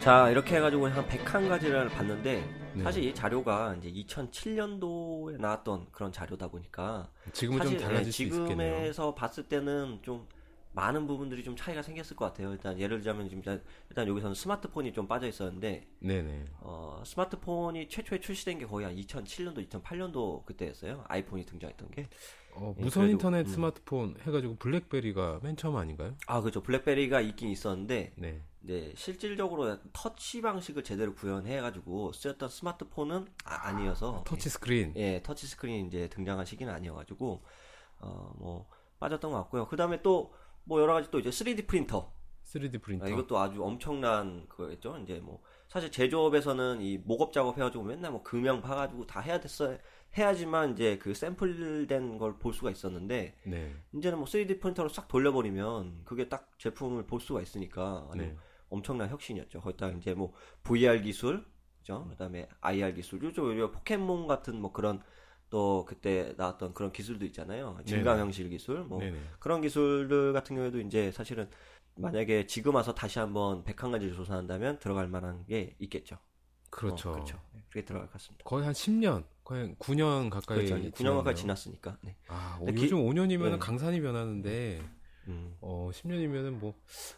자, 이렇게 해가지고 한 101가지를 봤는데, 네. 사실 이 자료가 이제 2007년도에 나왔던 그런 자료다 보니까, 네, 지금은 사실 좀 달라질 예, 수 있겠네요. 지금에서 봤을 때는 좀 많은 부분들이 좀 차이가 생겼을 것 같아요. 일단 예를 들자면 지금 일단, 일단 여기서는 스마트폰이 좀 빠져 있었는데, 네네. 어, 스마트폰이 최초에 출시된 게 거의 한 2007년도, 2008년도 그때였어요. 아이폰이 등장했던 게. 어, 예, 무선 그래도- 인터넷 음. 스마트폰 해가지고 블랙베리가 맨 처음 아닌가요? 아, 그죠. 블랙베리가 있긴 있었는데, 네. 이제 실질적으로 터치 방식을 제대로 구현해가지고 쓰였던 스마트폰은 아, 니어서 터치 스크린. 예, 터치 스크린 이제 등장한 시기는 아니어가지고, 어, 뭐, 빠졌던 것 같고요. 그 다음에 또, 뭐 여러 가지 또 이제 3D 프린터. 3D 프린터. 아, 이것도 아주 엄청난 그거겠죠. 이제 뭐 사실 제조업에서는 이 목업 작업 해가지고 맨날 뭐 금형 파가지고 다 해야 됐어 해야지만 이제 그 샘플된 걸 볼 수가 있었는데 네. 이제는 뭐 3D 프린터로 싹 돌려버리면 그게 딱 제품을 볼 수가 있으니까 아주 네. 엄청난 혁신이었죠. 거기다 이제 뭐 VR 기술, 그죠? 그다음에 IR 기술, 요즘 요 포켓몬 같은 뭐 그런 또 그때 나왔던 그런 기술도 있잖아요. 증강 네네. 현실 기술, 뭐 네네. 그런 기술들 같은 경우에도 이제 사실은 만약에 지금 와서 다시 한번 101가지를 조사한다면 들어갈 만한 게 있겠죠. 그렇죠. 어, 그렇죠. 네, 그게 들어갈 것 같습니다. 거의 한 10년, 거의 한 9년 가까이. 그렇죠. 이제 9년 가까이 지났네요. 지났으니까. 네. 아, 오, 근데 기- 요즘 5년이면 네. 강산이 변하는데, 음. 어, 10년이면은 뭐,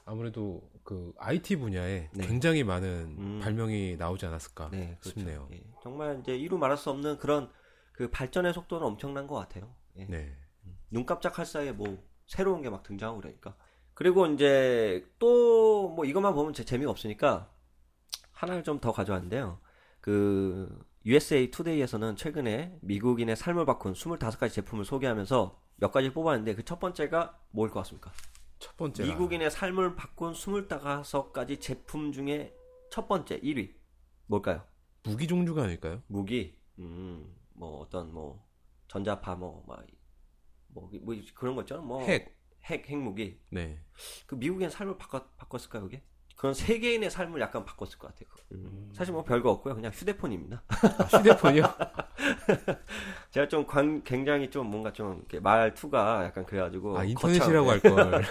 아무래도 그 IT 분야에 네. 굉장히 많은 음. 발명이 나오지 않았을까 네, 그렇죠. 싶네요. 예, 정말 이제 이루 말할 수 없는 그런 그 발전의 속도는 엄청난 것 같아요. 예. 네. 눈 깜짝할 사이에 뭐 새로운 게 막 등장하고 그러니까. 그리고 이제 또 뭐 이것만 보면 제 재미가 없으니까 하나를 좀 더 가져왔는데요. 그 USA Today에서는 최근에 미국인의 삶을 바꾼 25가지 제품을 소개하면서 몇 가지 뽑았는데 그 첫 번째가 뭐일 것 같습니까? 첫 번째. 미국인의 삶을 바꾼 25가지 제품 중에 첫 번째 1위 뭘까요? 무기 종류가 아닐까요? 무기, 음, 뭐 어떤 뭐 전자파 뭐, 막 뭐, 뭐 그런 거 있잖아. 뭐 핵. 핵, 핵무기. 네. 그 미국인 삶을 바꿔, 바꿨을까요, 그게? 그런 세계인의 삶을 약간 바꿨을 것 같아요. 그거. 음. 사실 뭐 별거 없고요. 그냥 휴대폰입니다. 아, 휴대폰이요? 제가 좀 관- 굉장히 좀 뭔가 좀 이렇게 말투가 약간 그래가지고 아, 어, 거창- 인터넷이라고 할 걸.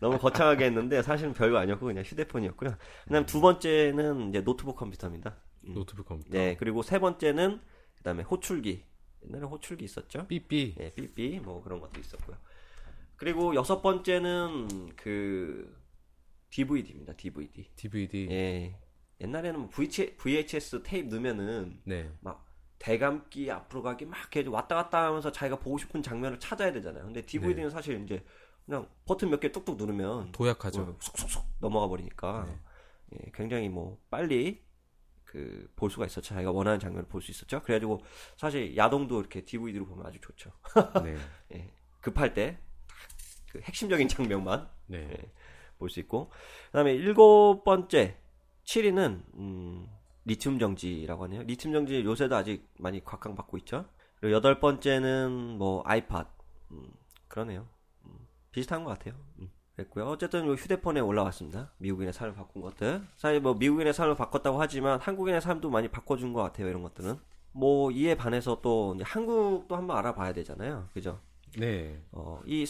너무 거창하게 했는데 사실은 별거 아니었고 그냥 휴대폰이었고요. 그다음 두 번째는 이제 노트북 컴퓨터입니다. 음. 노트북 컴퓨터. 네 그리고 세 번째는 그다음에 호출기. 옛날에 호출기 있었죠? 삐삐. 예, 삐삐 뭐 그런 것도 있었고요. 그리고 여섯 번째는 그 DVD입니다. DVD. DVD. 예. 옛날에는 뭐 VH, VHS 테이프 넣으면은 네. 막 대감기 앞으로 가기 막 해서 왔다 갔다 하면서 자기가 보고 싶은 장면을 찾아야 되잖아요. 근데 DVD는 사실 이제 그냥 버튼 몇 개 뚝뚝 누르면 도약하죠. 뭐 쏙쏙쏙 넘어가 버리니까 네. 예, 굉장히 뭐 빨리 그 볼 수가 있었죠. 자기가 원하는 장면을 볼 수 있었죠. 그래가지고 사실 야동도 이렇게 DVD로 보면 아주 좋죠. 네. 예, 급할 때 딱 그 핵심적인 장면만 네. 예, 볼 수 있고 그다음에 일곱 번째 7위는 음, 리튬 정지라고 하네요. 리튬 정지 요새도 아직 많이 곽강받고 있죠. 그리고 여덟 번째는 뭐 아이팟 음, 그러네요. 음, 비슷한 것 같아요. 음, 그랬고요. 어쨌든 요 휴대폰에 올라왔습니다. 미국인의 삶을 바꾼 것들. 사실 뭐 미국인의 삶을 바꿨다고 하지만 한국인의 삶도 많이 바꿔준 것 같아요. 이런 것들은. 뭐 이에 반해서 또 이제 한국도 한번 알아봐야 되잖아요. 그죠? 네. 어, 이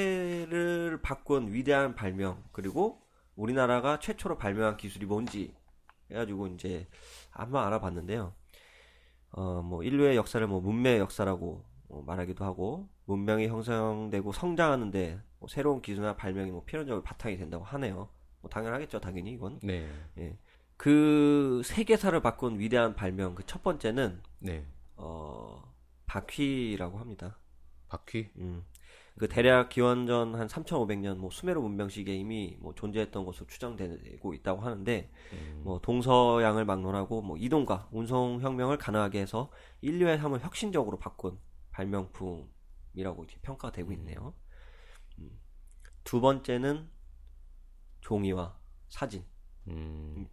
세계를 바꾼 위대한 발명 그리고 우리나라가 최초로 발명한 기술이 뭔지 해가지고 이제 한번 알아봤는데요. 어, 뭐 인류의 역사를 뭐 문명의 역사라고 어, 말하기도 하고 문명이 형성되고 성장하는데 뭐 새로운 기술이나 발명이 뭐 필연적으로 바탕이 된다고 하네요. 뭐 당연하겠죠, 당연히 이건. 네. 그 세계사를 바꾼 위대한 발명 그 첫 번째는 네. 어, 바퀴라고 합니다. 바퀴. 음. 그 대략 기원전 한 3,500년 뭐 수메르 문명 시기에 이미 뭐 존재했던 것으로 추정되고 있다고 하는데 음. 뭐 동서양을 막론하고 뭐 이동과 운송 혁명을 가능하게 해서 인류의 삶을 혁신적으로 바꾼 발명품이라고 이렇게 평가되고 있네요. 음. 두 번째는 종이와 사진입니다. 음.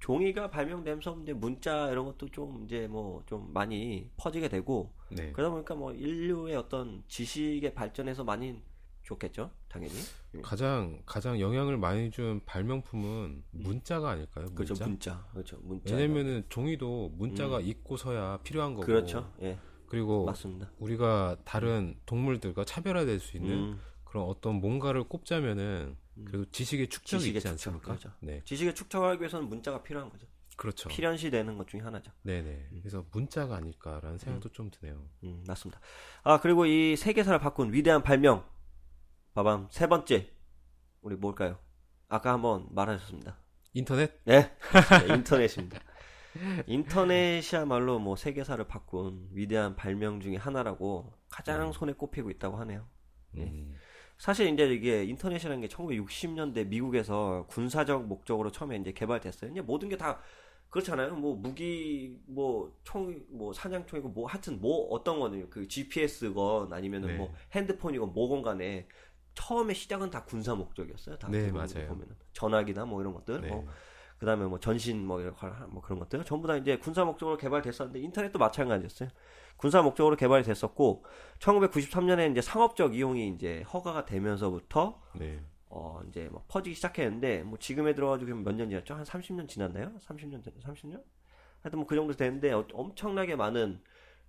종이가 발명되면서 이제 문자 이런 것도 좀 이제 뭐 좀 많이 퍼지게 되고 네. 그러다 보니까 뭐 인류의 어떤 지식의 발전에서 많이 좋겠죠, 당연히. 가장 가장 영향을 많이 준 발명품은 문자가 아닐까요? 문자. 음. 그렇죠, 문자. 그렇죠, 문자. 왜냐면은 종이도 문자가 음. 있고서야 필요한 거고. 뭐 그렇죠, 예, 그리고 맞습니다. 우리가 다른 동물들과 차별화될 수 있는 음, 그런 어떤 뭔가를 꼽자면은 그래도 지식의 축적이 지식의 있지 축적, 않습니까? 맞아. 네, 지식을 축적하기 위해서는 문자가 필요한 거죠. 그렇죠. 필연시 되는 것 중에 하나죠. 네네. 그래서 문자가 아닐까라는 생각도 좀 드네요. 음, 맞습니다. 아, 그리고 이 세계사를 바꾼 위대한 발명. 봐밤, 세 번째. 우리 뭘까요? 아까 한번 말하셨습니다. 인터넷 네. 네, 인터넷입니다. 인터넷이야말로 뭐 세계사를 바꾼 위대한 발명 중에 하나라고 가장 손에 꼽히고 있다고 하네요. 네. 음, 사실 이제 이게 인터넷이라는 게 1960년대 미국에서 군사적 목적으로 처음에 이제 개발됐어요. 이제 모든 게 다 그렇잖아요. 뭐 무기, 뭐 총, 뭐 사냥총이고 뭐 하여튼 뭐 어떤 거는 그 GPS건 아니면은 네. 뭐 핸드폰이건 뭐건 간에 처음에 시작은 다 군사 목적이었어요. 다 네, 대부분 맞아요. 보면은 전화기나 뭐 이런 것들, 네. 뭐 그다음에 뭐 전신 뭐 이런 걸 하- 뭐 그런 것들 전부 다 이제 군사 목적으로 개발됐었는데 인터넷도 마찬가지였어요. 군사 목적으로 개발이 됐었고 1993년에 이제 상업적 이용이 이제 허가가 되면서부터 네. 어 이제 뭐 퍼지기 시작했는데 뭐 지금에 들어가지고 몇 년 지났죠? 한 30년 지났나요? 30년 30년? 하여튼 뭐 그 정도 됐는데 어- 엄청나게 많은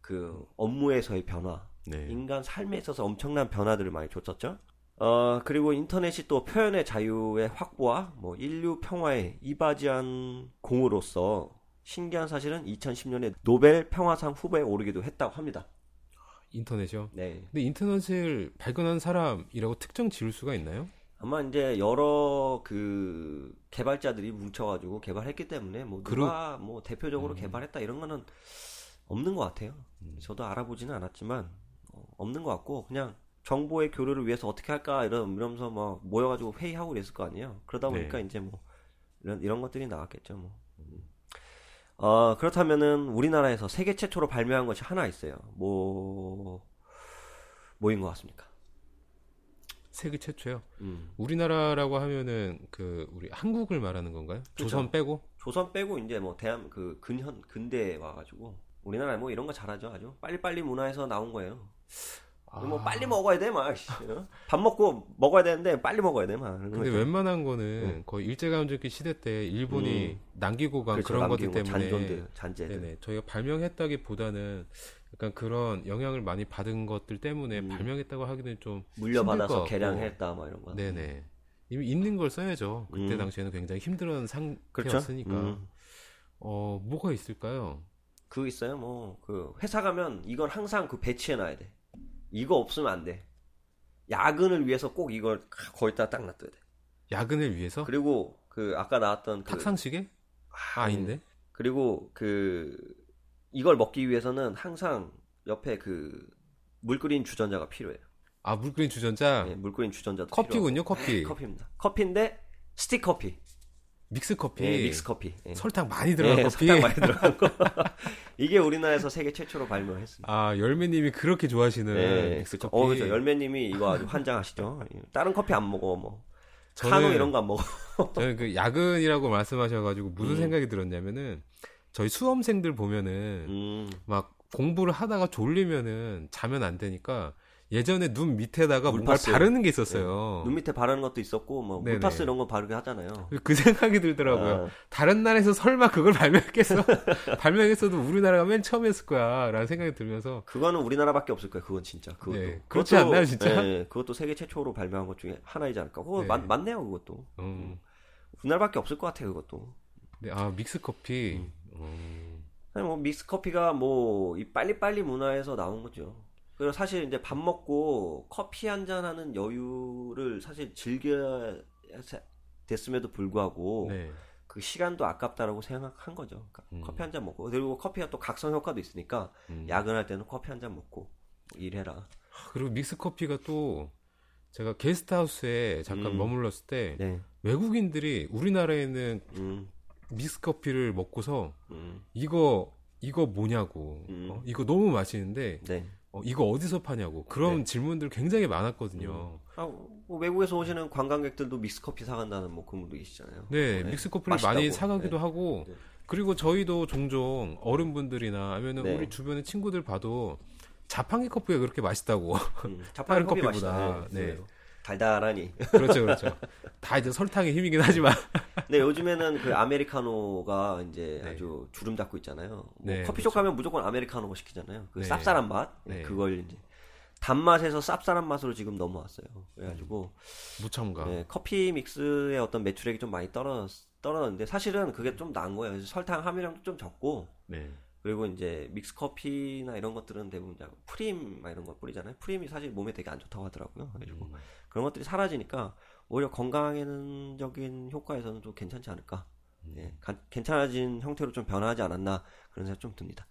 그 업무에서의 변화 네. 인간 삶에 있어서 엄청난 변화들을 많이 줬었죠. 어, 그리고 인터넷이 또 표현의 자유의 확보와 뭐 인류 평화에 이바지한 공으로서 신기한 사실은 2010년에 노벨 평화상 후보에 오르기도 했다고 합니다. 인터넷이요. 네. 근데 인터넷을 발견한 사람이라고 특정 지을 수가 있나요? 아마 이제 여러 그 개발자들이 뭉쳐가지고 개발했기 때문에 뭐 누가 뭐 대표적으로 개발했다 이런 거는 없는 것 같아요. 저도 알아보지는 않았지만 어, 없는 것 같고 그냥 정보의 교류를 위해서 어떻게 할까 이런 이러면서 뭐 모여가지고 회의하고 그랬을 거 아니에요. 그러다 네. 보니까 이제 뭐 이런 이런 것들이 나왔겠죠. 뭐. 어, 그렇다면은 우리나라에서 세계 최초로 발명한 것이 하나 있어요. 뭐 뭐인 것 같습니까? 세계 최초요. 음. 우리나라라고 하면은 그 우리 한국을 말하는 건가요? 조선 빼고? 조선 빼고 이제 뭐 대한 그 근현 근대에 와가지고 우리나라 뭐 이런 거 잘하죠 아주 빨리빨리 문화에서 나온 거예요. 아, 뭐 빨리 먹어야 돼막밥 먹고 먹어야 되는데 빨리 먹어야 돼막 근데 웬만한 거는 거의 일제강점기 시대 때 일본이 남기고 간 어. 그런 것들 때문에 그렇죠. 잔존들 잔재들 네네 저희가 발명했다기보다는 약간 그런 영향을 많이 받은 것들 때문에 음. 발명했다고 하기는 좀 물려받아서 힘들 것 같고. 개량했다 막 이런 거. 네네 이미 있는 걸 써야죠 그때 음. 당시에는 굉장히 힘든 그렇죠. 상태였으니까 음. 어 뭐가 있을까요? 그거 있어요 뭐 그 회사 가면 이건 항상 그 배치해 놔야 돼. 이거 없으면 안 돼. 야근을 위해서 꼭 이걸 거기다 딱 놔둬야 돼. 야근을 위해서 그리고 음. 그 아까 나왔던 그 어? 탁상시계 아, 아닌데 그리고 그 이걸 먹기 위해서는 항상 옆에 그 물끓인 주전자가 필요해요. 아 물그린 주전자 예, 물끓인 주전자도 커피군요 필요하고. 커피 네, 커피입니다. 커피인데 스틱 커피, 믹스 커피 예, 믹스 커피, 예. 설탕 많이 들어간 예, 커피 설탕 많이 들어간 거. 이게 우리나라에서 세계 최초로 발명했습니다. 아 열매님이 그렇게 좋아하시는 네, 예, 믹스 그쵸. 커피 어, 그죠. 열매님이 이거 아주 환장하시죠. 예, 다른 커피 안 먹어, 뭐. 저는- 카노 이런 거 안 먹어. 저는 그 야근이라고 말씀하셔가지고 무슨 음. 생각이 들었냐면은 저희 수험생들 보면은 음, 막 공부를 하다가 졸리면은 자면 안 되니까 예전에 눈 밑에다가 뭔가 물파스. 바르는 게 있었어요. 눈 밑에 바르는 것도 있었고, 뭐, 네네. 물파스 이런 거 바르게 하잖아요. 그 생각이 들더라고요. 아. 다른 나라에서 설마 그걸 발명했겠어? 발명했어도 우리나라가 맨 처음이었을 거야. 라는 생각이 들면서. 그거는 우리나라밖에 없을 거예요. 그건 진짜. 그것도. 네, 그렇지 않나요, 진짜? 예, 그것도 세계 최초로 발명한 것 중에 하나이지 않을까. 그거 네. 맞, 맞네요, 그것도. 음. 우리나라밖에 없을 것 같아요, 그것도. 근데 아, 믹스커피. 음. 아니, 뭐 믹스 커피가 뭐, 이 빨리빨리 문화에서 나온 거죠. 그리고 사실 이제 밥 먹고 커피 한 잔 하는 여유를 사실 즐겨 됐음에도 불구하고 네. 그 시간도 아깝다라고 생각한 거죠. 그러니까 음. 커피 한 잔 먹고 그리고 커피가 또 각성 효과도 있으니까 음. 야근할 때는 커피 한 잔 먹고 뭐 일해라. 그리고 믹스커피가 또 제가 게스트하우스에 잠깐 음. 머물렀을 때 네. 외국인들이 우리나라에는 음. 믹스커피를 먹고서 음. 이거 이거 뭐냐고 음. 어, 이거 너무 맛있는데 네. 어, 이거 어디서 파냐고 그런 네. 질문들 굉장히 많았거든요. 아, 뭐 외국에서 오시는 관광객들도 믹스커피 사간다는 뭐 그런 분도 계시잖아요. 네, 네. 믹스커피를 맛있다고. 많이 사가기도 네. 하고 네. 그리고 저희도 종종 어른분들이나 아니면 네. 우리 주변의 친구들 봐도 자판기 커피가 그렇게 맛있다고 음, 다른 자판기 커피 커피보다. 맛이다. 네. 네. 의외로. 달달하니. 그렇죠 그렇죠 다 이제 설탕의 힘이긴 하지만 근데 요즘에는 그 아메리카노가 이제 네. 아주 주름 잡고 있잖아요. 뭐 네, 커피숍 가면 무조건 아메리카노 시키잖아요. 그 네. 쌉쌀한 맛 네. 그걸 이제 단맛에서 쌉쌀한 맛으로 지금 넘어왔어요. 그래가지고 음, 무첨가. 네, 커피 믹스의 어떤 매출액이 좀 많이 떨어졌, 떨어졌는데 사실은 그게 좀 나은 거예요. 그래서 설탕 함유량도 좀 적고 네. 그리고 이제 믹스 커피나 이런 것들은 대부분 이제 프림 막 이런 걸 뿌리잖아요. 프림이 사실 몸에 되게 안 좋다고 하더라고요. 그래가지고 음. 그런 것들이 사라지니까 오히려 건강적인 효과에서는 좀 괜찮지 않을까. 예, 간- 괜찮아진 형태로 좀 변화하지 않았나 그런 생각 좀 듭니다.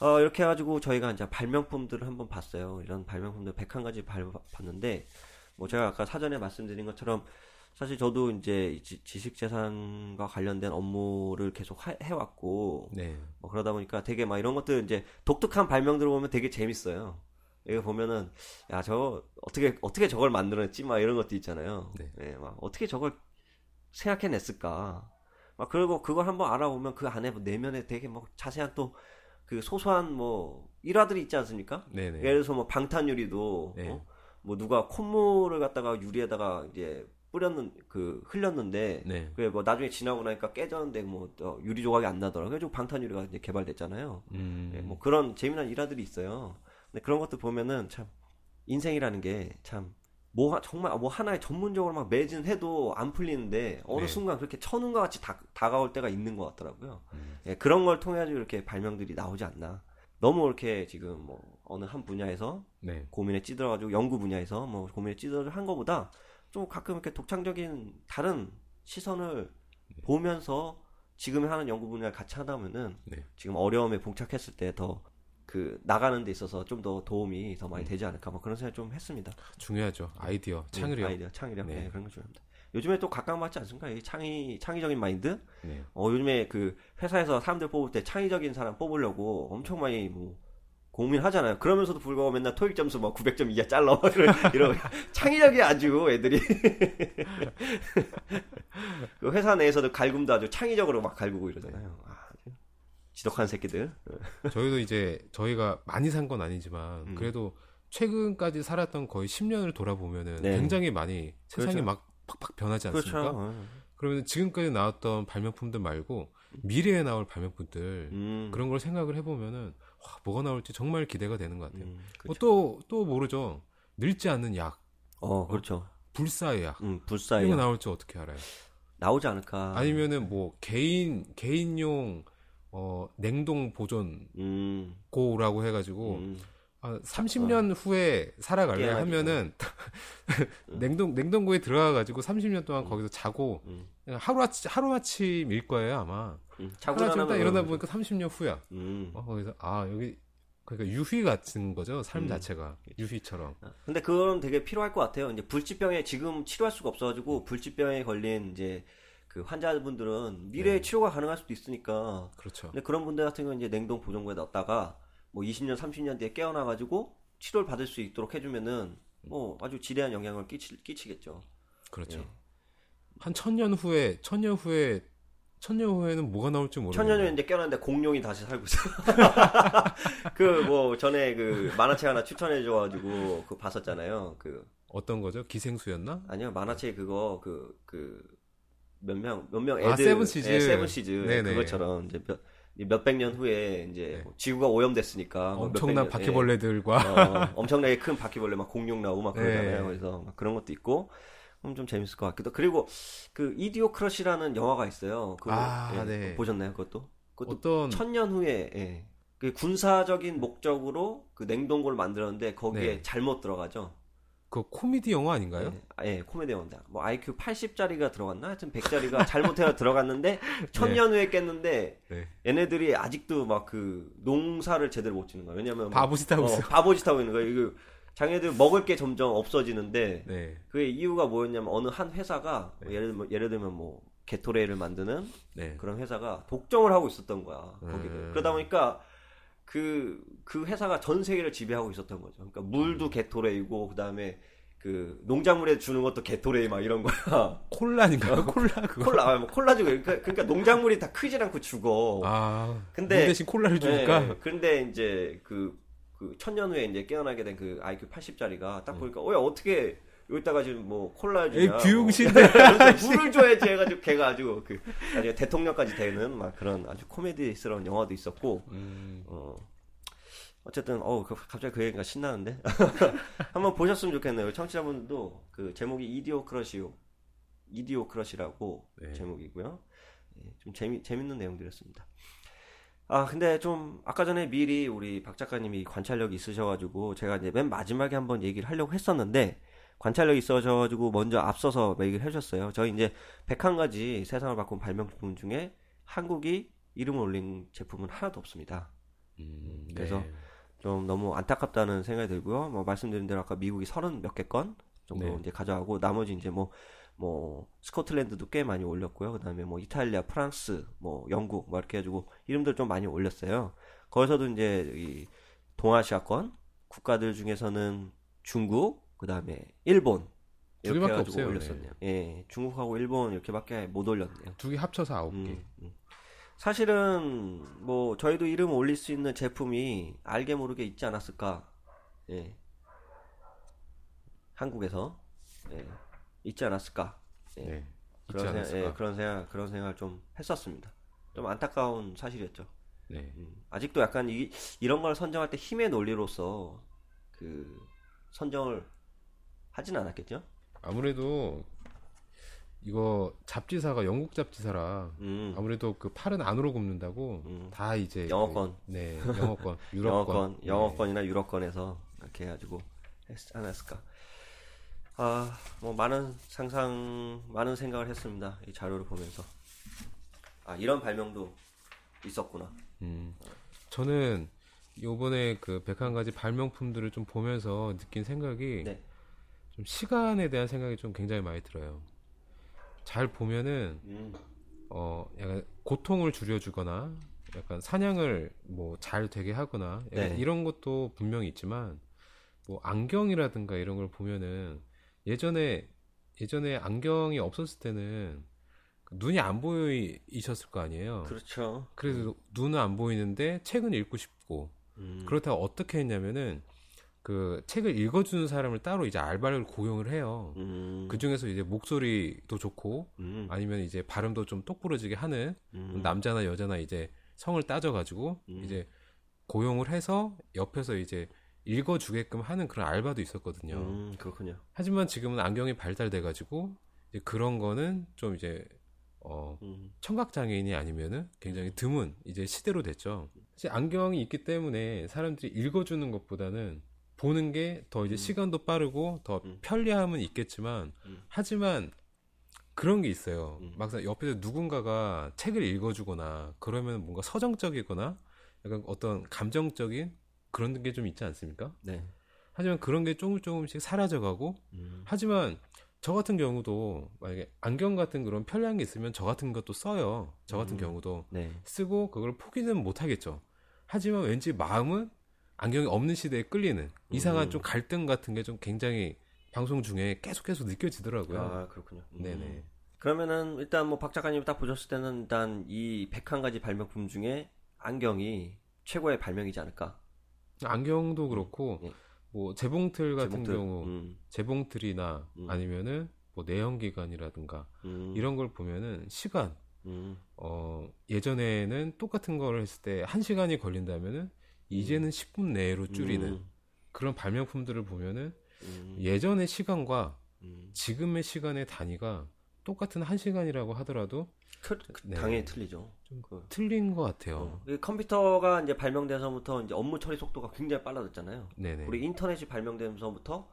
어, 이렇게 해가지고 저희가 이제 발명품들을 한번 봤어요. 이런 발명품들 101가지 발, 봤는데, 뭐 제가 아까 사전에 말씀드린 것처럼 사실 저도 이제 이 지, 지식재산과 관련된 업무를 계속 하- 해왔고, 네. 뭐 그러다 보니까 되게 막 이런 것들 이제 독특한 발명들을 보면 되게 재밌어요. 이거 보면은 야 저거 어떻게 어떻게 저걸 만들었지 막 이런 것도 있잖아요. 네. 예, 막 어떻게 저걸 생각해냈을까. 막 그리고 그걸 한번 알아보면 그 안에 뭐 내면에 되게 뭐 자세한 또 그 소소한 뭐 일화들이 있지 않습니까? 네네. 예를 들어서 뭐 방탄 유리도 네. 어? 뭐 누가 콧물을 갖다가 유리에다가 이제 뿌렸는 그 흘렸는데 네. 그게 뭐 나중에 지나고 나니까 깨졌는데 뭐 어, 유리 조각이 안 나더라고요. 그래서 방탄유리가 이제 개발됐잖아요. 음. 예, 뭐 그런 재미난 일화들이 있어요. 근데 그런 것도 보면은 참 인생이라는 게 참 뭐 정말 뭐 하나에 전문적으로 막 매진 해도 안 풀리는데 어느 네. 순간 그렇게 천운과 같이 다, 다가올 때가 있는 것 같더라고요. 음. 예, 그런 걸 통해 가지고 이렇게 발명들이 나오지 않나. 너무 이렇게 지금 뭐 어느 한 분야에서 네. 고민에 찌들어가지고 연구 분야에서 뭐 고민에 찌들어 한 거보다 좀 가끔 이렇게 독창적인 다른 시선을 보면서 지금 하는 연구 분야를 같이 하다면은 네. 지금 어려움에 봉착했을 때 더 그 나가는 데 있어서 좀 더 도움이 더 많이 되지 않을까 뭐 그런 생각 좀 했습니다. 중요하죠. 아이디어, 음. 창의력. 네, 아이디어, 창의력, 네. 네. 그런 거 중요합니다. 요즘에 또 각광받지 않습니까? 이 창의 창의적인 마인드. 네. 어 요즘에 그 회사에서 사람들 뽑을 때 창의적인 사람 뽑으려고 엄청 많이 뭐 고민하잖아요. 그러면서도 불구하고 맨날 토익 점수 뭐 900점 이하 잘라 막 이런 이런 창의력이 아주 애들이 그 회사 내에서도 갈굼도 아주 창의적으로 막 갈구고 이러잖아요. 아, 지독한 새끼들. 저희도 이제 저희가 많이 산 건 아니지만 음. 그래도 최근까지 살았던 거의 10년을 돌아보면은 네. 굉장히 많이 세상이 그렇죠. 막 팍팍 변하지 않습니까? 어. 그러면 지금까지 나왔던 발명품들 말고 미래에 나올 발명품들 음, 그런 걸 생각을 해보면은 와, 뭐가 나올지 정말 기대가 되는 것 같아요. 음, 그렇죠. 뭐 또, 또 모르죠. 늙지 않는 약, 어, 그렇죠. 불사의 약. 음, 이거 불사의 나올지 어떻게 알아요? 나오지 않을까. 아니면은 뭐 개인 개인용 어 냉동 보존고라고 음, 해가지고 음. 아, 30년 후에 살아갈래 어. 깨가지고. 하면은 냉동 냉동고에 들어가가지고 30년 동안 거기서 자고 음. 하루 아치 하루 아침일 거예요 아마 음, 자고 하루 아침 딱 나면 일어나 그러죠. 보니까 30년 후야 음. 어, 거기서 아 여기 그러니까 유희 같은 거죠 삶 음. 자체가 유희처럼 어, 근데 그건 되게 필요할 것 같아요. 이제 불치병에 지금 치료할 수가 음. 없어가지고 불치병에 걸린 이제 그 환자분들은 미래에 네. 치료가 가능할 수도 있으니까. 그렇죠 근데 그런 분들 같은 경우 이제 냉동 보존고에 넣었다가 뭐 20년, 30년 뒤에 깨어나가지고 치료를 받을 수 있도록 해주면은 음. 뭐 아주 지대한 영향을 끼치, 끼치겠죠. 그렇죠 예. 한 천년 후에 천년 후에 천년 후에는 뭐가 나올지 모르겠는 천년이 이제 깨어났는데 공룡이 다시 살고 있어. 그 뭐 전에 그 만화책 하나 추천해 줘가지고 그 봤었잖아요. 그 어떤 거죠 기생수였나 아니요 만화책 그거 그 그 몇 명 몇 명 애들 아, 세븐 시즈. 예, 세븐 시즈 네네. 그것처럼 이제 몇 몇백 년 후에 이제 네. 뭐 지구가 오염됐으니까 뭐 몇백 엄청난 년, 바퀴벌레들과 예. 어, 엄청나게 큰 바퀴벌레 막 공룡 나오고 막 그러잖아요. 네. 그래서 막 그런 것도 있고 그럼 좀 재밌을 것 같기도. 그리고 그 이디오 크러쉬라는 영화가 있어요. 그거 아, 예, 네. 보셨나요? 그것도? 그것도 어떤 예. 천년 후에 예. 그 군사적인 목적으로 그 냉동고를 만들었는데 거기에 네. 잘못 들어가죠. 그 코미디 영화 아닌가요? 예, 아, 예, 코미디 원다. 뭐 IQ 80짜리가 들어갔나? 하여튼 100짜리가 잘못해서 들어갔는데 천년 후에 깼는데 네. 얘네들이 아직도 막 그 농사를 제대로 못 짓는 거야. 왜냐면 막- 바보짓 하고 어, 있어. 바보짓 하고 있는 거야. 이거 자기네들 먹을 게 점점 없어지는데 네. 그 이유가 뭐였냐면 어느 한 회사가 뭐 네. 예를 들면 예를 들면 뭐 게토레이를 만드는 네. 그런 회사가 독점을 하고 있었던 거야 거기를 음. 그러다 보니까 그, 그 회사가 전 세계를 지배하고 있었던 거죠 그러니까 물도 음. 게토레이고 그 다음에 그 농작물에 주는 것도 게토레이 막 이런 거야 콜라인가요? 콜라 그거. 콜라 아, 뭐 콜라 주고 그러니까, 그러니까 농작물이 다 크질 않고 죽어 아. 근데- 물 대신 콜라를 주니까 네, 근데 이제 그, 그 천년 후에 이제 깨어나게 된 그 IQ 80짜리가 딱 보니까 어 야 어떻게 여기다가 지금 뭐 콜라 네. 에이 주냐 비용신데 그래서 물을 줘야지 해가지고 걔가 아주 그 나중에 음. 대통령까지 되는 막 그런 아주 코미디스러운 영화도 있었고 어 어쨌든 어 갑자기 그 얘기가 신나는데 한번 보셨으면 좋겠네요. 청취자분들도 그 제목이 이디오 크러시오 이디오 크러시라고 네. 제목이고요. 예, 좀 재미 재밌는 내용들이었습니다. 아 근데 좀 아까 전에 미리 우리 박 작가님이 관찰력이 있으셔가지고 제가 이제 맨 마지막에 한번 얘기를 하려고 했었는데 관찰력이 있어가지고 먼저 앞서서 얘기를 해주셨어요. 저희 이제 101가지 세상을 바꾼 발명품 중에 한국이 이름을 올린 제품은 하나도 없습니다. 음, 네. 그래서 좀 너무 안타깝다는 생각이 들고요. 뭐 말씀드린 대로 아까 미국이 서른 몇 개 건 정도 네. 이제 가져가고 나머지 이제 뭐 뭐 스코틀랜드도 꽤 많이 올렸고요. 그다음에 뭐 이탈리아, 프랑스, 뭐 영국 뭐 이렇게 해가지고 이름들 좀 많이 올렸어요. 거기서도 이제 이 동아시아권 국가들 중에서는 중국, 그다음에 일본 이렇게 둘밖에 해가지고 없어요. 올렸었네요. 예, 중국하고 일본 이렇게밖에 못 올렸네요. 두 개 합쳐서 아홉 개. 음, 음. 사실은 뭐 저희도 이름 올릴 수 있는 제품이 알게 모르게 있지 않았을까? 예. 한국에서 예. 있지 않았을까? 예. 네. 있지 그런 생각, 않았을까? 예, 그런 생각 그런 생각을 좀 했었습니다. 좀 안타까운 사실이었죠. 네. 음, 아직도 약간 이, 이런 걸 선정할 때 힘의 논리로서 그 선정을 하진 않았겠죠? 아무래도 이거 잡지사가 영국 잡지사라 음, 아무래도 그 팔은 안으로 굽는다고 음. 다 이제 영어권. 그- 네 영어권 유럽권 영어권, 네. 영어권이나 유럽권에서 이렇게 해가지고 했, 않았을까. 아, 뭐 많은 상상, 많은 생각을 했습니다. 이 자료를 보면서. 아, 이런 발명도 있었구나. 음. 저는 요번에 그 101가지 발명품들을 좀 보면서 느낀 생각이 네. 좀 시간에 대한 생각이 좀 굉장히 많이 들어요. 잘 보면은 음, 어 약간 고통을 줄여주거나 약간 사냥을 뭐 잘 되게 하거나 약간 네. 이런 것도 분명히 있지만 뭐 안경이라든가 이런 걸 보면은 예전에 예전에 안경이 없었을 때는 그 눈이 안 보이셨을 거 아니에요. 그렇죠. 그래도 눈은 안 보이는데 책은 읽고 싶고 음, 그렇다고 어떻게 했냐면은 그 책을 읽어주는 사람을 따로 이제 알바를 고용을 해요. 음, 그 중에서 이제 목소리도 좋고 음, 아니면 이제 발음도 좀 똑부러지게 하는 음, 남자나 여자나 이제 성을 따져가지고 음. 이제 고용을 해서 옆에서 이제 읽어주게끔 하는 그런 알바도 있었거든요. 음, 그렇군요. 하지만 지금은 안경이 발달돼가지고 이제 그런 거는 좀 이제 어 음, 청각 장애인이 아니면은 굉장히 드문 이제 시대로 됐죠. 사실 안경이 있기 때문에 사람들이 읽어주는 것보다는 보는 게 더 이제 음. 시간도 빠르고 더 음. 편리함은 있겠지만 음. 하지만 그런 게 있어요. 음. 막상 옆에서 누군가가 책을 읽어주거나 그러면 뭔가 서정적이거나 약간 어떤 감정적인 그런 게 좀 있지 않습니까? 네. 하지만 그런 게 조금 조금씩 사라져가고 음, 하지만 저 같은 경우도 만약에 안경 같은 그런 편리한 게 있으면 저 같은 것도 써요. 저 같은 음. 경우도 네. 쓰고 그걸 포기는 못 하겠죠. 하지만 왠지 마음은 안경이 없는 시대에 끌리는 이상한 음. 좀 갈등 같은 게 좀 굉장히 방송 중에 계속 계속 느껴지더라고요. 아, 그렇군요. 음. 네네. 그러면은 일단 뭐 박 작가님 딱 보셨을 때는 일단 이 101가지 발명품 중에 안경이 최고의 발명이지 않을까? 안경도 그렇고 예. 뭐 재봉틀 같은 제목들. 경우 음, 재봉틀이나 음. 아니면은 뭐 내연기관이라든가 음, 이런 걸 보면은 시간 음. 어, 예전에는 똑같은 걸 했을 때 한시간이 걸린다면은 이제는 10분 내로 줄이는 음, 그런 발명품들을 보면은 음, 예전의 시간과 음. 지금의 시간의 단위가 똑같은 한시간이라고 하더라도 틀- 그- 네. 당연히 틀리죠. 그- 틀린 것 어. 같아요. 이 컴퓨터가 이제 발명돼서부터 이제 업무 처리 속도가 굉장히 빨라졌잖아요. 네네. 우리 인터넷이 발명되면서부터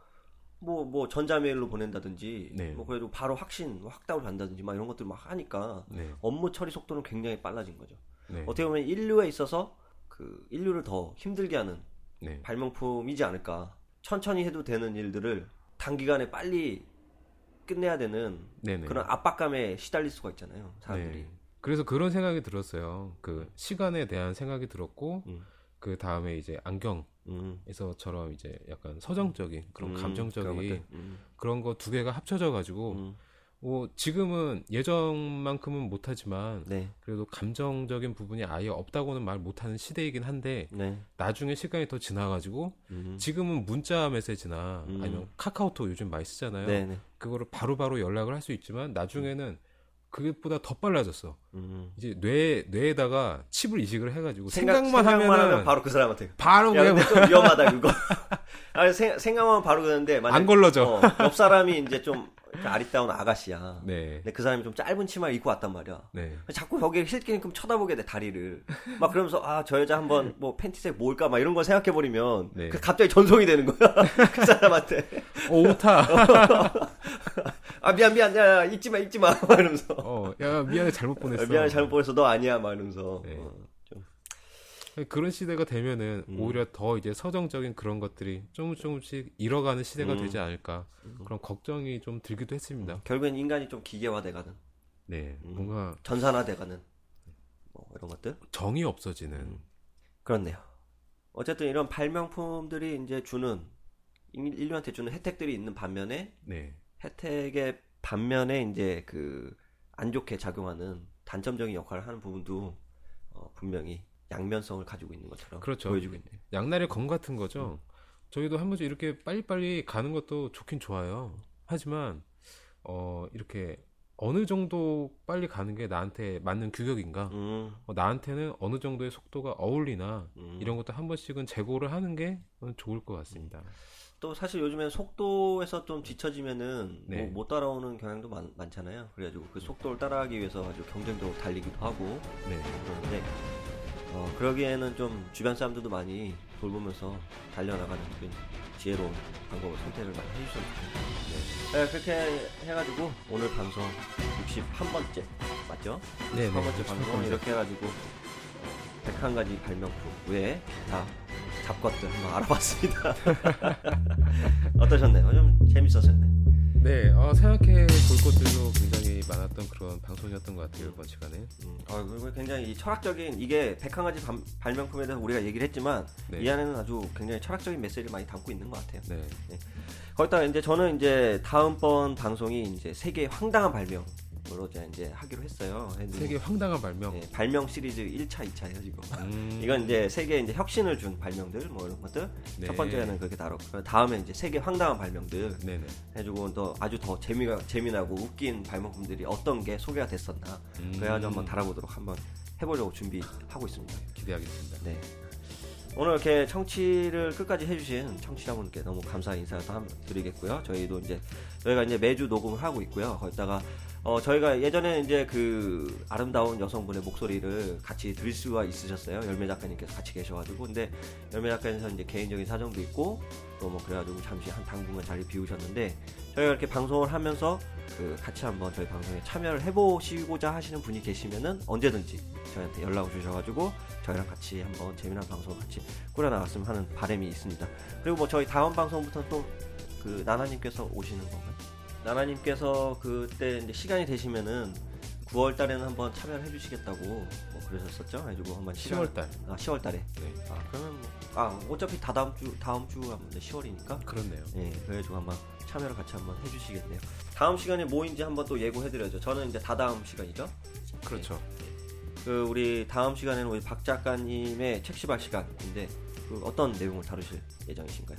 뭐 뭐 전자메일로 보낸다든지 네. 뭐 그래도 바로 확신, 뭐 확답을 한다든지 막 이런 것들 막 하니까 네. 업무 처리 속도는 굉장히 빨라진 거죠. 네. 어떻게 보면 인류에 있어서 그 인류를 더 힘들게 하는 네. 발명품이지 않을까. 천천히 해도 되는 일들을 단기간에 빨리 끝내야 되는 네네. 그런 압박감에 시달릴 수가 있잖아요. 사람들이. 네. 그래서 그런 생각이 들었어요. 그 시간에 대한 생각이 들었고 음. 그 다음에 이제 음. 안경에서처럼 이제 약간 서정적인 그런 음, 감정적인 그런 것들. 그런, 음, 거 두 개가 합쳐져 가지고 음. 뭐 지금은 예전만큼은 못하지만 네. 그래도 감정적인 부분이 아예 없다고는 말 못하는 시대이긴 한데 네. 나중에 시간이 더 지나가지고 음. 지금은 문자 메시지나 음. 아니면 카카오톡 요즘 많이 쓰잖아요. 네, 음. 네. 그거를 바로바로 연락을 할 수 있지만 나중에는 그것보다 더 빨라졌어. 음. 이제 뇌 뇌에다가 칩을 이식을 해가지고 생각, 생각만, 생각만 하면 하면 바로 그 사람한테. 바로 야, 그냥 근데 좀 위험하다, 그거. 아, 생, 생각하면 바로 그러는데, 만약 안 걸러져. 어, 옆 사람이 이제 좀 이렇게 아리따운 아가씨야. 네, 근데 그 사람이 좀 짧은 치마를 입고 왔단 말이야. 네. 자꾸 벽에 힐끔 쳐다보게 돼 다리를 막 그러면서 아 저 여자 한번 뭐 팬티색 뭘까 막 이런 걸 생각해 버리면 네. 그 갑자기 전송이 되는 거야 그 사람한테 어, 오, 오타. 아 미안 미안 야, 야 잊지 마 잊지 마 막 이러면서 어, 야 미안해 잘못 보냈어. 아, 미안해 잘못 보냈어 너 아니야 막 이러면서 네. 어. 그런 시대가 되면은 음. 오히려 더 이제 서정적인 그런 것들이 조금 조금씩 잃어가는 시대가 음. 되지 않을까 그런 걱정이 좀 들기도 했습니다. 결국엔 인간이 좀 기계화돼가는 네, 음. 뭔가 전산화돼가는 뭐 이런 것들 정이 없어지는. 음. 그렇네요 어쨌든 이런 발명품들이 이제 주는 인- 인류한테 주는 혜택들이 있는 반면에 네, 혜택의 반면에 이제 그 안 좋게 작용하는 단점적인 역할을 하는 부분도 어, 분명히 양면성을 가지고 있는 것처럼 그렇죠. 보여주고 있네요. 양날의 검 같은 거죠. 음. 저희도 한 번씩 이렇게 빨리빨리 가는 것도 좋긴 좋아요. 하지만 어 이렇게 어느 정도 빨리 가는 게 나한테 맞는 규격인가? 음, 어, 나한테는 어느 정도의 속도가 어울리나? 음. 이런 것도 한 번씩은 재고를 하는 게 좋을 것 같습니다. 또 사실 요즘엔 속도에서 좀 뒤처지면은 네. 뭐 못 따라오는 경향도 많, 많잖아요. 그래가지고 그 속도를 따라하기 위해서 아주 경쟁적으로 달리기도 하고 네. 그러는데 어, 그러기에는 좀 주변 사람들도 많이 돌보면서 달려나가는 그런 지혜로운 방법을 선택을 많이 해주셨으면 좋겠네요. 네. 네, 그렇게 해가지고 오늘 방송 61번째 맞죠? 네, 61번째 네, 방송 61번째. 이렇게 해가지고 어, 101가지 발명품 외에 기타 잡것들 한번 알아봤습니다. 어떠셨나요? 좀 재밌었었나요? 네, 어, 생각해 볼 것들도 굉장히 많았던 그런 방송이었던 것 같아요 이번 시간에. 음, 아, 그리고 굉장히 이 철학적인 이게 101가지 발- 발명품에 대해서 우리가 얘기를 했지만 네. 이 안에는 아주 굉장히 철학적인 메시지를 많이 담고 있는 것 같아요. 네, 거기다가 이제 저는 이제 다음번 방송이 이제 세계 황당한 발명으로 제가 이제 하기로 했어요. 세계 황당한 발명. 네, 발명 시리즈 1차, 2차예요 지금. 음, 이건 이제 세계 이제 혁신을 준 발명들 뭐 이런 것들 네. 첫 번째는 그렇게 다뤘고 다음에 이제 세계 황당한 발명들 네네. 해주고 또 아주 더 재미가 재미나고 웃긴 발명품들이 어떤 게 소개가 됐었나 음. 그래가지고 한번 달아보도록 한번 해보려고 준비하고 있습니다. 기대하겠습니다. 네. 오늘 이렇게 청취를 끝까지 해주신 청취자분께 너무 감사 인사를 다 드리겠고요. 저희도 이제 저희가 이제 매주 녹음을 하고 있고요. 거기다가 어, 저희가 예전에 이제 그 아름다운 여성분의 목소리를 같이 들을 수가 있으셨어요. 열매 작가님께서 같이 계셔가지고 근데 열매 작가님께서 이제 개인적인 사정도 있고 또 뭐 그래가지고 잠시 한 당분간 자리 비우셨는데 저희가 이렇게 방송을 하면서 그 같이 한번 저희 방송에 참여를 해보시고자 하시는 분이 계시면은 언제든지 저희한테 연락을 주셔가지고 저희랑 같이 한번 재미난 방송을 같이 꾸려나갔으면 하는 바람이 있습니다. 그리고 뭐 저희 다음 방송부터 또 그 나나님께서 오시는 건가요? 나나님께서 그때 이제 시간이 되시면은 9월 달에는 한번 참여를 해주시겠다고 뭐 그러셨었죠? 해주고 한번 시간- 10월 달. 아 10월 달에 네. 아 그러면 뭐아 어차피 다 다음 주 다음 주 하면 이제 10월이니까 그렇네요. 예, 그래가지고 아마 참여를 같이 한번 해주시겠네요. 다음 시간에 뭐인지 한번 또 예고해드려야죠. 저는 이제 다다음 시간이죠. 그렇죠. 그 우리 다음 시간에는 우리 박 작가님의 책 시발 시간인데 그 어떤 내용을 다루실 예정이신가요?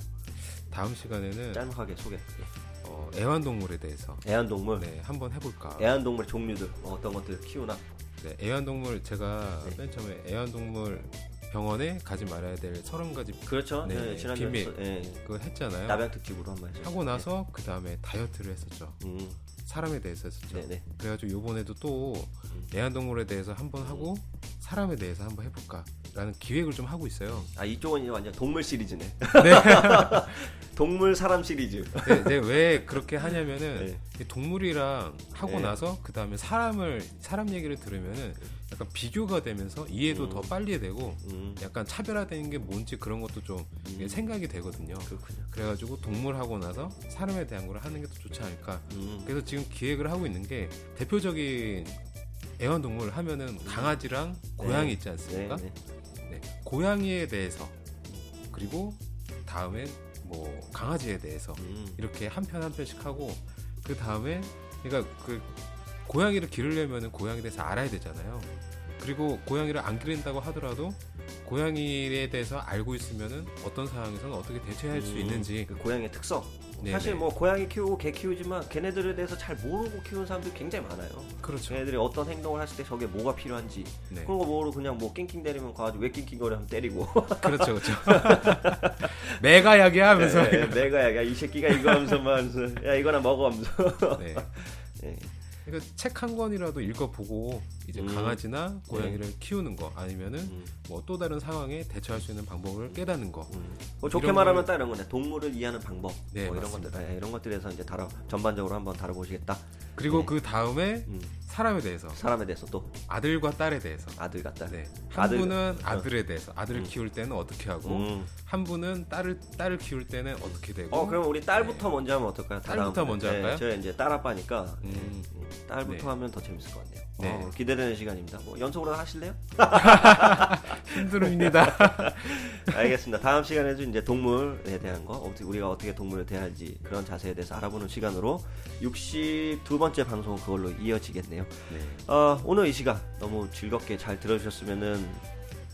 다음 시간에는 짤막하게 소개. 예. 어, 애완동물에 대해서 애완동물, 네, 한번 해볼까. 애완동물의 종류들 뭐 어떤 것들을 키우나. 네, 애완동물 제가 네. 맨 처음에 애완동물 병원에 가지 말아야 될 서른 가지 그렇죠. 네, 예, 지난주에 비밀. 했어- 예, 그거 했잖아요. 남양 특집으로 한번 해서. 하고 나서 네. 그 다음에 다이어트를 했었죠. 예. 음, 사람에 대해서 했었죠. 네네. 그래가지고 요번에도 또 애완동물에 대해서 한번 하고 사람에 대해서 한번 해볼까라는 기획을 좀 하고 있어요. 아 이쪽은 이제 완전 동물 시리즈네. 네. 동물 사람 시리즈. 네, 네, 왜 그렇게 하냐면은 네. 이 동물이랑 하고 네. 나서 그 다음에 사람을 사람 얘기를 들으면은 약간 비교가 되면서 이해도 음. 더 빨리 되고 음, 약간 차별화되는 게 뭔지 그런 것도 좀 이게 생각이 되거든요. 그렇군요. 그래가지고 동물하고 나서 사람에 대한 걸 하는 게 더 좋지 않을까. 음. 그래서 지금 기획을 하고 있는 게 대표적인 애완동물 하면은 강아지랑 고양이 있지 않습니까? 네, 네. 네, 고양이에 대해서 그리고 다음엔 뭐 강아지에 대해서 음. 이렇게 한 편 한 편씩 하고 그 다음에 그러니까 그 고양이를 기르려면은 고양이에 대해서 알아야 되잖아요. 그리고 고양이를 안 기른다고 하더라도 고양이에 대해서 알고 있으면은 어떤 상황에서는 어떻게 대처할 수 음, 있는지 그, 그 고양이의 특성 네네. 사실 뭐 고양이 키우고 개 키우지만 걔네들에 대해서 잘 모르고 키우는 사람들이 굉장히 많아요. 그렇죠. 걔네들이 어떤 행동을 하실 때 저게 뭐가 필요한지 네. 그런 거 모르고 그냥 뭐 낑낑 대리면 가가지고 왜 낑낑거려 하면 때리고 그렇죠, 그렇죠. 메가약이 하면서. 예, 예, 내가 야, 야, 이 새끼가 이거 하면서 막 하면서 야 이거나 먹어 하면서 네. 예. 그러니까 책 한 권이라도 읽어보고 이제 음. 네. 강아지나 고양이를 키우는 거 아니면은 음, 뭐 또 다른 상황에 대처할 수 있는 방법을 깨닫는 거. 음. 뭐 좋게 이런 말하면 걸- 딱 이런 거네 동물을 이해하는 방법 네, 뭐 이런 맞습니다. 것들 예, 이런 것들에서 이제 다뤄 전반적으로 한번 다뤄보시겠다 그리고 네. 그 다음에 음, 사람에 대해서 사람에 대해서 또 아들과 딸에 대해서. 아들 같다 네. 한 아들- 어. 분은 아들에 대해서 아들을 음. 키울 때는 어떻게 하고 음. 한 분은 딸을 딸을 키울 때는 어떻게 되고. 어 그럼 우리 딸부터 먼저 하면 어떨까요? 다 딸부터 다음. 먼저 네, 할까요? 저희 이제 딸 아빠니까 음. 음, 딸부터 네. 하면 더 재밌을 것 같네요. 네. 어, 기대되는 시간입니다. 뭐 연속으로 하실래요? 힘듭니다. 알겠습니다. 다음 시간에는 이제 동물에 대한 거, 어떻게 우리가 어떻게 동물을 대할지 그런 자세에 대해서 알아보는 시간으로 62번째 방송 그걸로 이어지겠네요. 네. 어, 오늘 이 시간 너무 즐겁게 잘 들어주셨으면은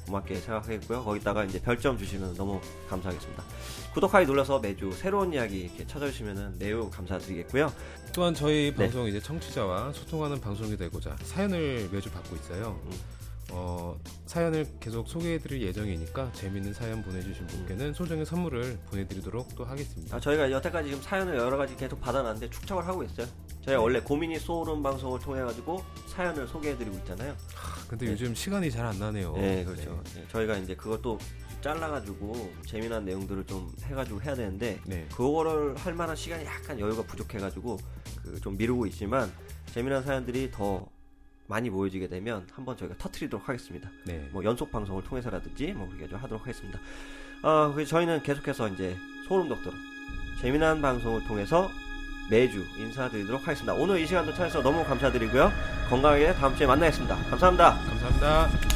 고맙게 생각하겠고요. 거기다가 이제 별점 주시면 너무 감사하겠습니다. 구독하기 눌러서 매주 새로운 이야기 이렇게 찾아주시면은 매우 감사드리겠고요. 또한 저희 네. 방송 이제 청취자와 소통하는 방송이 되고자 사연을 매주 받고 있어요. 음. 어, 사연을 계속 소개해드릴 예정이니까 재밌는 사연 음. 보내주신 분께는 소정의 선물을 보내드리도록 또 하겠습니다. 아, 저희가 여태까지 지금 사연을 여러 가지 계속 받아놨는데 축척을 하고 있어요. 저희 가 네. 원래 고민이 쏘오른 방송을 통해 가지고 사연을 소개해드리고 있잖아요. 근데 네. 요즘 시간이 잘 안 어, 나네요. 네, 그렇죠. 네, 저희가 이제 그것도 잘라가지고 재미난 내용들을 좀 해가지고 해야 되는데 네. 그거를 할 만한 시간이 약간 여유가 부족해가지고 그 좀 미루고 있지만 재미난 사연들이 더 많이 모여지게 되면 한번 저희가 터트리도록 하겠습니다. 네. 네. 뭐 연속 방송을 통해서라든지 뭐 그렇게 좀 하도록 하겠습니다. 아, 그래서 저희는 계속해서 이제 소름 돋도록 재미난 방송을 통해서 매주 인사드리도록 하겠습니다. 오늘 이 시간도 찾아서 너무 감사드리고요. 건강하게 다음 주에 만나겠습니다. 감사합니다. 감사합니다.